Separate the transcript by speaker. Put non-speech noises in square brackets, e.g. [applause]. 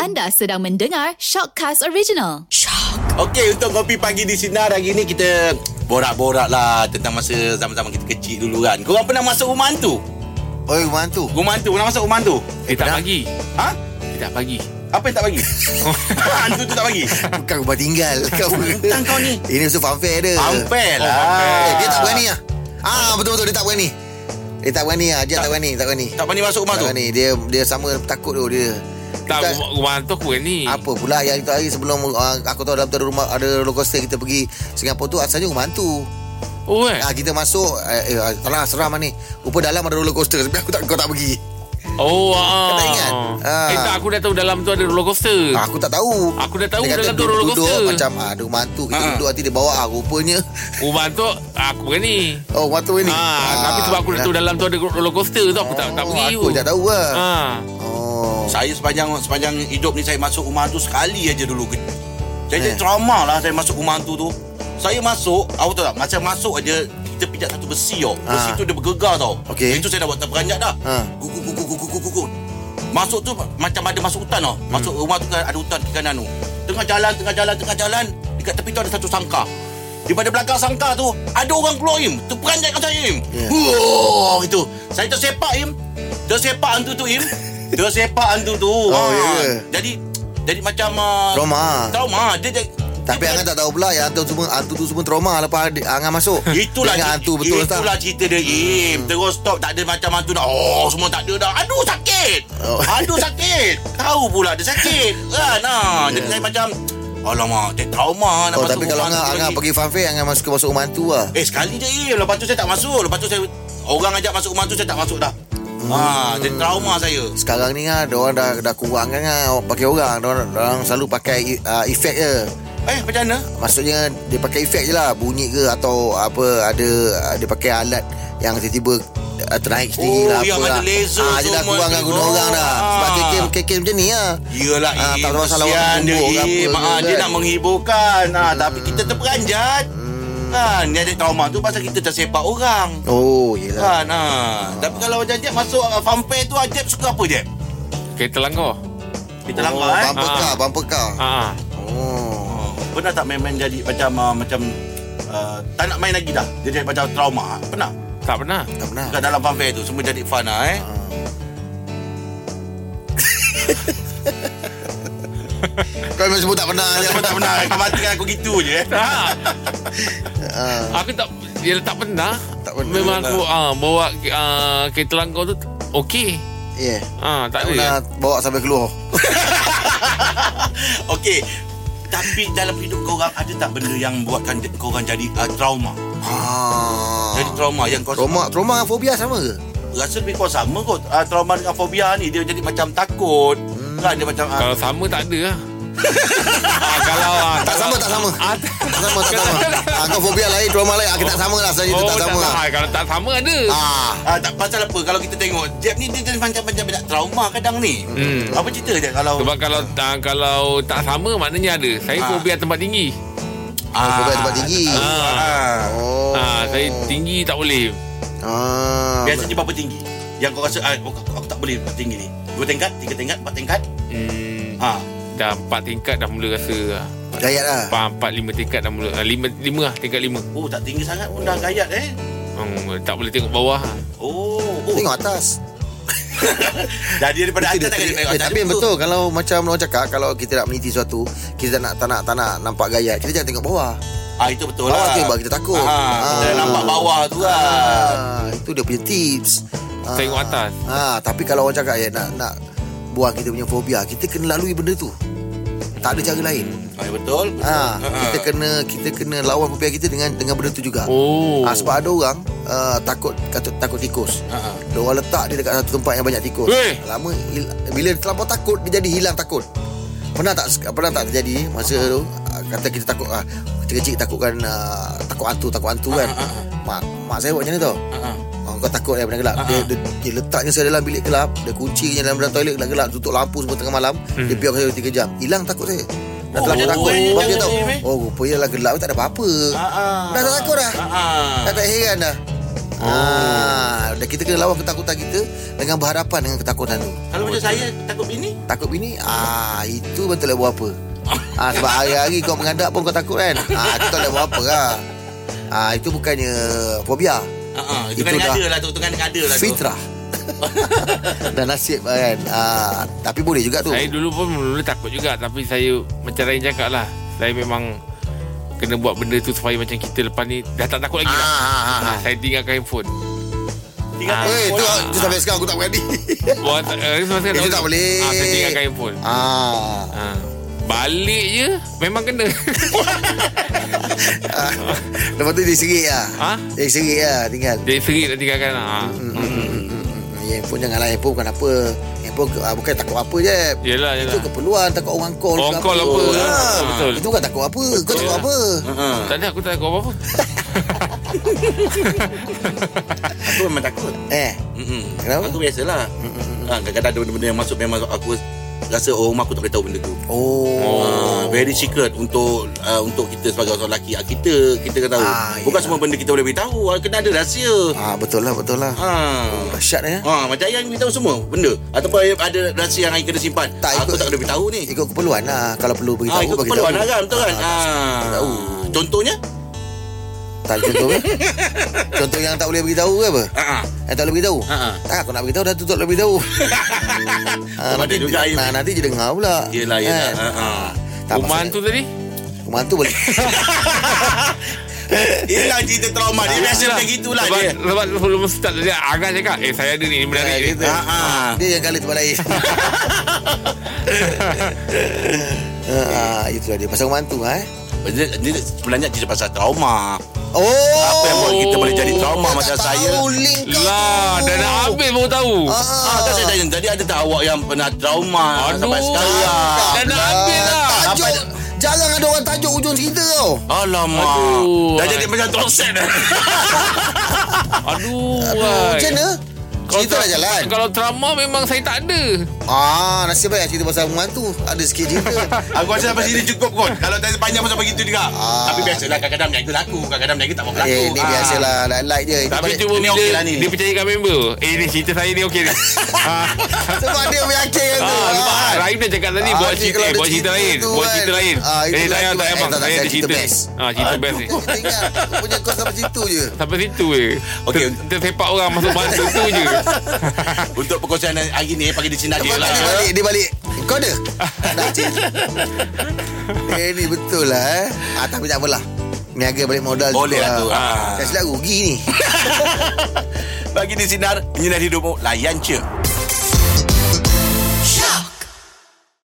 Speaker 1: Anda sedang mendengar Shockcast Original.
Speaker 2: Okey, untuk kopi pagi di Sinar hari ni kita borak-borak lah tentang masa zaman-zaman kita kecil dulu kan. Korang pernah masuk rumah hantu?
Speaker 3: Oi, mantu.
Speaker 2: Rumah hantu, pernah masuk rumah hantu?
Speaker 4: Dia tak bagi
Speaker 2: Ha?
Speaker 4: Dia tak bagi
Speaker 2: Apa yang tak bagi? Ah, hantu tu tak bagi?
Speaker 3: Bukan rumah tinggal.
Speaker 4: [laughs]
Speaker 3: Kau
Speaker 2: Tentang kau ni.
Speaker 3: Ini mesti fanfare dia.
Speaker 2: Ampel
Speaker 4: Oh,
Speaker 2: lah.
Speaker 3: Eh, dia tak berani ah. Ah, betul-betul dia tak berani. Dia tak berani ah. Dia tak, berani, tak berani.
Speaker 2: Tak berani masuk rumah
Speaker 3: Tak
Speaker 2: tu?
Speaker 3: berani. Dia dia sama takut tu dia.
Speaker 4: Tak
Speaker 3: Bukan-
Speaker 4: rumah, rumah hantu aku kan ni
Speaker 3: Apa pula yang itu hari sebelum uh, aku tahu dalam tu ada rumah ada roller coaster kita pergi Singapura tu asalnya rumah hantu.
Speaker 4: Oh eh
Speaker 3: Ah kita masuk eh, eh tanah seram ni. Rupa dalam ada roller coaster tapi aku tak kau tak pergi.
Speaker 4: Oh ah.
Speaker 3: Kau tak ingat? Ah.
Speaker 4: Eh tak aku dah tahu dalam tu ada roller coaster
Speaker 3: Ah, aku tak tahu.
Speaker 4: Eh. Aku dah tahu
Speaker 3: Dia kata
Speaker 4: dalam tu roller
Speaker 3: duduk-duduk
Speaker 4: coaster.
Speaker 3: Macam ah, ada rumah hantu kita
Speaker 2: Ah.
Speaker 3: duduk nanti dia bawa ah rupanya.
Speaker 4: Rumah hantu aku kan ni
Speaker 3: Oh, rumah hantu ni.
Speaker 4: ah, Tapi sebab aku dah tahu dalam tu ada roller coaster tu Aku tak,
Speaker 3: ya.
Speaker 4: tak
Speaker 3: Oh,
Speaker 4: pergi
Speaker 3: Aku
Speaker 4: tu.
Speaker 3: tak tahu lah.
Speaker 4: ah.
Speaker 3: Oh.
Speaker 2: Saya sepanjang sepanjang hidup ni saya masuk rumah hantu sekali aja dulu. Jadi
Speaker 3: Eh.
Speaker 2: eh. trauma lah saya masuk rumah hantu tu. Saya masuk, awak tahu tak, macam masuk aja kita pijak satu besi tau. Besi
Speaker 3: Ah.
Speaker 2: tu dia bergegar tau.
Speaker 3: Okey.
Speaker 2: Itu saya dah buat terperanjat dah.
Speaker 3: Ah.
Speaker 2: Gugu gugu gugu gugu gugu. Masuk tu macam ada masuk hutan
Speaker 3: Hmm.
Speaker 2: tau. Masuk rumah tu kan ada hutan di kanan tu. Tengah jalan, tengah jalan, tengah jalan, dekat tepi tu ada satu sangkar. Daripada belakang sangkar tu Ada orang keluar Im Terperanjat kat saya Im
Speaker 3: Ya.
Speaker 2: yeah. Whoa, Gitu Saya tersepak Im Tersepak hantu tu
Speaker 3: [laughs]
Speaker 2: Im Tersepak hantu tu Oh
Speaker 3: ya ke?
Speaker 2: Jadi Jadi macam uh,
Speaker 3: Trauma.
Speaker 2: Trauma Dia, dia
Speaker 3: Tapi
Speaker 2: dia-
Speaker 3: Angan tak tahu pula yang hantu semua hantu tu semua trauma lepas adik- Angan masuk.
Speaker 2: [laughs] Itulah
Speaker 3: Dia ingat hantu betul Hmm. tak?
Speaker 2: Itulah cerita dia Im Terus stop Tak ada macam hantu nak Oh semua tak ada dah Aduh sakit
Speaker 3: Oh. [laughs]
Speaker 2: Aduh sakit Tahu pula dia sakit Kan ha. Jadi
Speaker 3: Ya.
Speaker 2: saya macam Alamak Dia trauma nak
Speaker 3: Oh,
Speaker 2: masuk
Speaker 3: tapi
Speaker 2: rumah
Speaker 3: kalau Angan,
Speaker 2: hantu
Speaker 3: Angan
Speaker 2: lagi.
Speaker 3: pergi fanfare, Angan masuk masuk rumah hantu lah.
Speaker 2: Eh sekali je Im Lepas tu saya tak masuk Lepas tu saya Orang ajak masuk rumah tu Saya tak masuk dah
Speaker 3: Hmm.
Speaker 2: Ha, jadi trauma saya.
Speaker 3: Sekarang ni kan, diorang dah, dah kurang kan kan, pakai orang. Diorang, diorang selalu pakai uh, efek je.
Speaker 2: Eh, macam mana?
Speaker 3: Maksudnya, dia pakai efek je lah. Bunyi ke atau apa, ada ah, dia pakai alat yang tiba-tiba ah, ternaik sendiri
Speaker 2: Oh,
Speaker 3: lah.
Speaker 2: yang
Speaker 3: apa
Speaker 2: ada
Speaker 3: lah.
Speaker 2: laser
Speaker 3: Ah, dia dah
Speaker 2: semua
Speaker 3: kurang kan
Speaker 2: tu.
Speaker 3: guna orang dah. Sebab
Speaker 2: Ah.
Speaker 3: kekem, kekem macam ni lah.
Speaker 2: Yelah
Speaker 3: Ah,
Speaker 2: Im
Speaker 3: tak ada masalah orang
Speaker 2: Kesian dia
Speaker 3: tersungguh ke
Speaker 2: Im ha,
Speaker 3: apa ke
Speaker 2: Dia
Speaker 3: kan. Hmm.
Speaker 2: nak menghiburkan ha, Tapi kita terperanjat Kan Dia ada trauma tu Pasal kita tersepak orang
Speaker 3: Oh, yelah.
Speaker 2: Kan ha. Tapi kalau Ajab Ajab masuk uh, Fanfare tu Ajab suka apa Ajab?
Speaker 4: Kereta langgar
Speaker 2: Kita
Speaker 3: Oh,
Speaker 2: langgar eh
Speaker 3: bumper
Speaker 4: Ah.
Speaker 3: car, bumper car.
Speaker 4: ah.
Speaker 3: Oh.
Speaker 2: Oh, Pernah tak main-main jadi Macam uh, macam uh, Tak nak main lagi dah Jadi macam trauma ah. Pernah?
Speaker 4: Tak
Speaker 3: [laughs]
Speaker 4: pernah
Speaker 3: Tak pernah. Ha.
Speaker 2: Kat dalam fanfare tu Semua jadi fun lah eh [laughs]
Speaker 3: Kau memang sebut tak pernah ya? je.
Speaker 2: Kau tak pernah Kau matikan aku gitu je eh
Speaker 4: Tak
Speaker 3: Ah,
Speaker 4: Aku tak Dia tak pernah
Speaker 3: Tak pernah.
Speaker 4: Memang aku ah, Bawa ah, kereta langgar tu Okey
Speaker 3: [laughs] yeah.
Speaker 4: ah,
Speaker 3: Tak
Speaker 4: Tak, ada
Speaker 3: pernah bawa sampai keluar.
Speaker 2: Okey Tapi dalam hidup korang Ada tak benda yang Buatkan korang jadi uh, trauma
Speaker 3: Ah.
Speaker 2: Jadi trauma yang kau
Speaker 3: Ha. Trauma, trauma dengan fobia sama ke?
Speaker 2: Rasa lebih kurang sama kot uh, Trauma dengan fobia ni Dia jadi macam takut Kan dia macam uh,
Speaker 4: Kalau sama tak ada
Speaker 3: [laughs]
Speaker 4: lah ah, Kalau ah,
Speaker 3: Tak sama, tak sama.
Speaker 4: ah, tak-
Speaker 3: Tak sama, tak sama. Ah, kau fobia lain, trauma lain. Ah, kita tak sama lah. Sebenarnya
Speaker 4: Oh
Speaker 3: tu tak
Speaker 4: tak
Speaker 3: sama.
Speaker 4: sama Ah, Kalau tak sama ada
Speaker 3: Ah.
Speaker 2: Ah, tak pasal apa kalau kita tengok Jeb ni dia jadi macam-macam budak trauma kadang ni.
Speaker 4: Hmm.
Speaker 2: Apa cerita dia kalau
Speaker 4: Sebab kalau ah, kalau tak sama maknanya ada. Saya
Speaker 2: Ah.
Speaker 4: fobia tempat tinggi.
Speaker 2: ah,
Speaker 3: Fobia tempat tinggi.
Speaker 4: Ah.
Speaker 2: Ah.
Speaker 3: Oh.
Speaker 4: Ah, saya tinggi tak boleh.
Speaker 3: Ah.
Speaker 2: Biasanya berapa tinggi? Yang kau rasa ah, aku, aku, aku tak boleh tempat tinggi ni. Dua tingkat, tiga tingkat, empat tingkat.
Speaker 4: Hmm,
Speaker 2: Ah.
Speaker 4: dah empat tingkat dah mula rasa ah.
Speaker 3: Gayat lah.
Speaker 4: Empat, empat lima tingkat dah mula ah, lima lima lah tingkat lima.
Speaker 2: Oh, tak tinggi sangat pun dah gayat eh.
Speaker 4: Hmm, tak boleh tengok bawah. ah.
Speaker 2: Oh, oh.
Speaker 3: Tengok atas.
Speaker 2: Dah dia daripada atas
Speaker 3: Kita-
Speaker 2: tak kena
Speaker 3: eh, tapi yang betul kalau macam orang cakap kalau kita nak meniti sesuatu kita tak nak tak nak tak nak nampak gayat kita jangan tengok bawah
Speaker 2: Ah itu betul
Speaker 3: Bawah
Speaker 2: lah.
Speaker 3: tu yang buat kita takut.
Speaker 2: Ah, Kita
Speaker 3: Ah.
Speaker 2: nampak bawah tu lah.
Speaker 3: Ah, itu dia punya tips. Ah,
Speaker 4: Tengok atas.
Speaker 3: Ah, tapi kalau orang cakap ya nak nak buang kita punya fobia, kita kena lalui benda tu. Tak ada cara lain.
Speaker 2: Ah, betul. betul. Ah,
Speaker 3: Ah, kita kena kita kena lawan fobia kita dengan dengan benda tu juga.
Speaker 4: Oh.
Speaker 3: Ah, sebab ada orang ah, takut kata, takut tikus.
Speaker 2: ah, ah.
Speaker 3: Dia orang letak dia dekat satu tempat yang banyak tikus.
Speaker 2: Eh.
Speaker 4: Weh.
Speaker 3: Lama hil- bila terlampau takut dia jadi hilang takut. Pernah tak pernah tak terjadi masa tu ah, kata kita takut ah kecil-kecil takutkan ah, takut hantu takut hantu kan. Mak mak saya buat macam ni tau.
Speaker 2: Ah, ah.
Speaker 3: Oh, kau takut daripada gelap dia, dia, dia letaknya saya dalam bilik gelap Dia kuncinya dalam, dalam toilet gelap-gelap Tutup lampu semua tengah malam Dia biarkan saya 3 jam Hilang takut saya Dah
Speaker 2: Hmm. Oh,
Speaker 3: terlalu
Speaker 2: macam tu,
Speaker 3: takut
Speaker 2: eh, jangan
Speaker 3: Sebab dia tahu lah
Speaker 2: macam ni, eh.
Speaker 3: Oh rupanya dalam gelap ni tak ada apa-apa
Speaker 2: Ah, ah.
Speaker 3: Dah tak takut dah
Speaker 2: Ah, ah.
Speaker 3: Dah tak heran dah Ah, dan kita kena lawan ketakutan kita dengan berhadapan dengan ketakutan tu.
Speaker 2: Kalau macam saya takut bini
Speaker 3: Takut bini ah itu betul lah buat apa. Ah sebab hari-hari kau mengadap pun kau takut kan. Ah itu tak boleh buat apa lah. Ah itu bukannya fobia.
Speaker 2: Ha ah, itu, kan
Speaker 3: Itu dah
Speaker 2: ada lah tu, tu kan ada lah tu.
Speaker 3: Fitrah. dan nasib kan. Ah tapi boleh juga tu.
Speaker 4: Saya dulu pun mula takut juga Tapi saya Macam Ryan cakap lah Saya memang Kena buat benda tu Supaya macam kita lepas ni Dah tak takut
Speaker 3: Ah,
Speaker 4: lagi lah
Speaker 3: ah, ah, ah.
Speaker 4: ha, Saya tinggalkan handphone
Speaker 2: Tinggal
Speaker 4: Ah.
Speaker 3: Eh, tu,
Speaker 2: telefon.
Speaker 3: tu sampai sekarang aku tak berani.
Speaker 4: Buat, eh, semasa
Speaker 3: Itu tak boleh.
Speaker 4: ha, Saya tinggalkan handphone
Speaker 3: ah.
Speaker 4: [laughs] ha. Balik je Memang kena [laughs]
Speaker 3: Ah, Lepas tu dia serik lah
Speaker 4: Ha?
Speaker 3: Dia serik lah tinggal
Speaker 4: Jadi serik nak tinggalkan ha. hmm.
Speaker 3: Hmm, Ya handphone janganlah handphone bukan apa Handphone ke- ah, bukan takut apa je
Speaker 4: Yelah
Speaker 3: Itu
Speaker 4: yelah
Speaker 3: keperluan takut orang call
Speaker 4: Orang
Speaker 3: ke
Speaker 4: call apa.
Speaker 3: Ah,
Speaker 4: Betul.
Speaker 3: Itu bukan takut apa Kau takut
Speaker 4: Yelah. Uh-huh.
Speaker 3: apa
Speaker 2: Ha.
Speaker 4: Tak ada aku tak takut apa-apa
Speaker 2: Aku memang takut.
Speaker 3: Eh
Speaker 2: Mm-mm.
Speaker 3: Kenapa?
Speaker 2: Aku biasalah. Ha, kadang-kadang ada benda-benda yang masuk memang aku rasa oh, rumah aku tak boleh tahu benda tu.
Speaker 3: Oh,
Speaker 2: Ah, very secret untuk uh, untuk kita sebagai orang lelaki. Ah, kita kita kena tahu.
Speaker 3: Ah,
Speaker 2: Bukan
Speaker 3: yelah.
Speaker 2: semua benda kita boleh beritahu. Ah, kena ada rahsia.
Speaker 3: Ah, Betul lah betul lah
Speaker 2: Ha.
Speaker 3: Dahsyat ya
Speaker 2: Ha, macam Ayan beritahu semua benda Ataupun Ayan ada rahsia yang Ayan kena simpan
Speaker 3: Tak,
Speaker 2: Aku
Speaker 3: ikut-
Speaker 2: tak boleh beritahu ni
Speaker 3: Ikut keperluan lah Kalau perlu
Speaker 2: Ah,
Speaker 3: beritahu
Speaker 2: ikut
Speaker 3: beritahu.
Speaker 2: keperluan lah kan Betul kan
Speaker 3: Ah,
Speaker 2: ah,
Speaker 3: tahu.
Speaker 2: Contohnya
Speaker 3: Tak ada contoh ke? Contoh yang tak boleh beritahu ke apa
Speaker 2: ah, ah.
Speaker 3: Yang tak boleh beritahu
Speaker 2: Ha, ha.
Speaker 3: Tak aku nak beritahu Dah tutup boleh beritahu
Speaker 2: Oh,
Speaker 3: Ah,
Speaker 2: ada
Speaker 3: nanti,
Speaker 2: juga, Aim.
Speaker 3: nah, nanti dia dengar pula
Speaker 2: Yelah yelah
Speaker 3: Kan?
Speaker 2: ha, ah.
Speaker 3: Tak
Speaker 4: Kuman
Speaker 3: pasal-
Speaker 4: tu tadi
Speaker 3: Kuman tu boleh
Speaker 2: Yelah cerita trauma Dia biasa macam gitulah
Speaker 4: sebab,
Speaker 2: dia
Speaker 4: Sebab sebelum start tadi Agak cakap Eh saya ada ni Ini
Speaker 3: Ah,
Speaker 4: menarik ni.
Speaker 3: gitu.
Speaker 2: Ha, ah.
Speaker 3: Dia yang kala tempat
Speaker 4: [laughs]
Speaker 3: lain Ah, itulah dia pasal mantu eh.
Speaker 2: Dia, dia sebenarnya cerita pasal trauma
Speaker 3: Oh,
Speaker 2: Apa yang buat kita boleh jadi trauma
Speaker 3: kau
Speaker 2: Macam
Speaker 3: tak
Speaker 2: saya
Speaker 3: Tahu link kau.
Speaker 4: Lah Dah
Speaker 3: Oh.
Speaker 4: nak habis baru tahu
Speaker 2: Ah, kan saya tanya tadi ada tak awak yang pernah trauma
Speaker 4: Aduh
Speaker 2: sampai sekarang?
Speaker 4: Ya. Dah nak habis lah
Speaker 3: Tajuk
Speaker 2: Apa-
Speaker 3: jarang ada orang tajuk ujung cerita tau.
Speaker 2: Alamak.
Speaker 4: Aduh.
Speaker 2: Dah jadi macam toset dah.
Speaker 4: Aduh,
Speaker 3: Aduh, Oh, Macam mana?
Speaker 4: Kalau
Speaker 3: Cerita
Speaker 4: tra-
Speaker 3: dah jalan.
Speaker 4: Kalau trauma memang saya tak ada.
Speaker 3: Ah, nasib baik cerita pasal mantu. Ada sikit
Speaker 4: [laughs]
Speaker 3: cerita.
Speaker 2: [laughs] Aku rasa sampai sini cukup kot. Kalau tak panjang pun sampai gitu juga.
Speaker 3: Ah.
Speaker 2: Tapi biasalah kadang-kadang niaga berlaku, kadang-kadang niaga tak mau berlaku.
Speaker 3: Eh, ni
Speaker 2: Ah.
Speaker 3: biasalah like-like je. Ini
Speaker 4: Tapi
Speaker 3: balik-
Speaker 4: cuma
Speaker 2: ni
Speaker 4: bila
Speaker 2: okey lah ni.
Speaker 4: dia percayakan member. Eh ni cerita saya ni
Speaker 3: [laughs]
Speaker 4: okey ni. ah,
Speaker 3: sebab dia meyakin kan tu.
Speaker 4: ah, sebab
Speaker 3: Ah.
Speaker 4: Rahim dah cakap tadi
Speaker 3: Ah,
Speaker 4: buat
Speaker 3: ni
Speaker 4: cerita,
Speaker 3: kalau
Speaker 4: eh,
Speaker 3: ada
Speaker 4: buat cerita
Speaker 3: cerita
Speaker 4: lain,
Speaker 3: tu
Speaker 4: buat
Speaker 3: kan.
Speaker 4: cerita lain.
Speaker 3: Ah,
Speaker 4: Eh
Speaker 3: itulah
Speaker 4: tak payah,
Speaker 3: tu.
Speaker 4: tak
Speaker 3: Eh,
Speaker 4: payah
Speaker 3: tak,
Speaker 4: bang.
Speaker 3: tak,
Speaker 4: Saya ada
Speaker 3: cerita
Speaker 4: cerita.
Speaker 3: best.
Speaker 4: Ah, cerita best ni.
Speaker 3: Kau ingat punya kau sampai situ je.
Speaker 4: Sampai situ je.
Speaker 2: Okey.
Speaker 4: Ter- Tersepak orang masuk bangsa tu je.
Speaker 2: Untuk perkongsian hari ni pagi di sini
Speaker 3: Lepas
Speaker 2: dia
Speaker 3: tu
Speaker 2: lah.
Speaker 3: dia
Speaker 2: [laughs]
Speaker 3: balik Dia balik Kau ada? Tak ada cik Eh ni betul lah eh ah, Tapi tak apalah Niaga balik modal
Speaker 2: Boleh lah tu.
Speaker 3: juga
Speaker 2: Ah.
Speaker 3: Saya silap rugi ni
Speaker 2: Bagi di sinar, penyinar hidup layan je.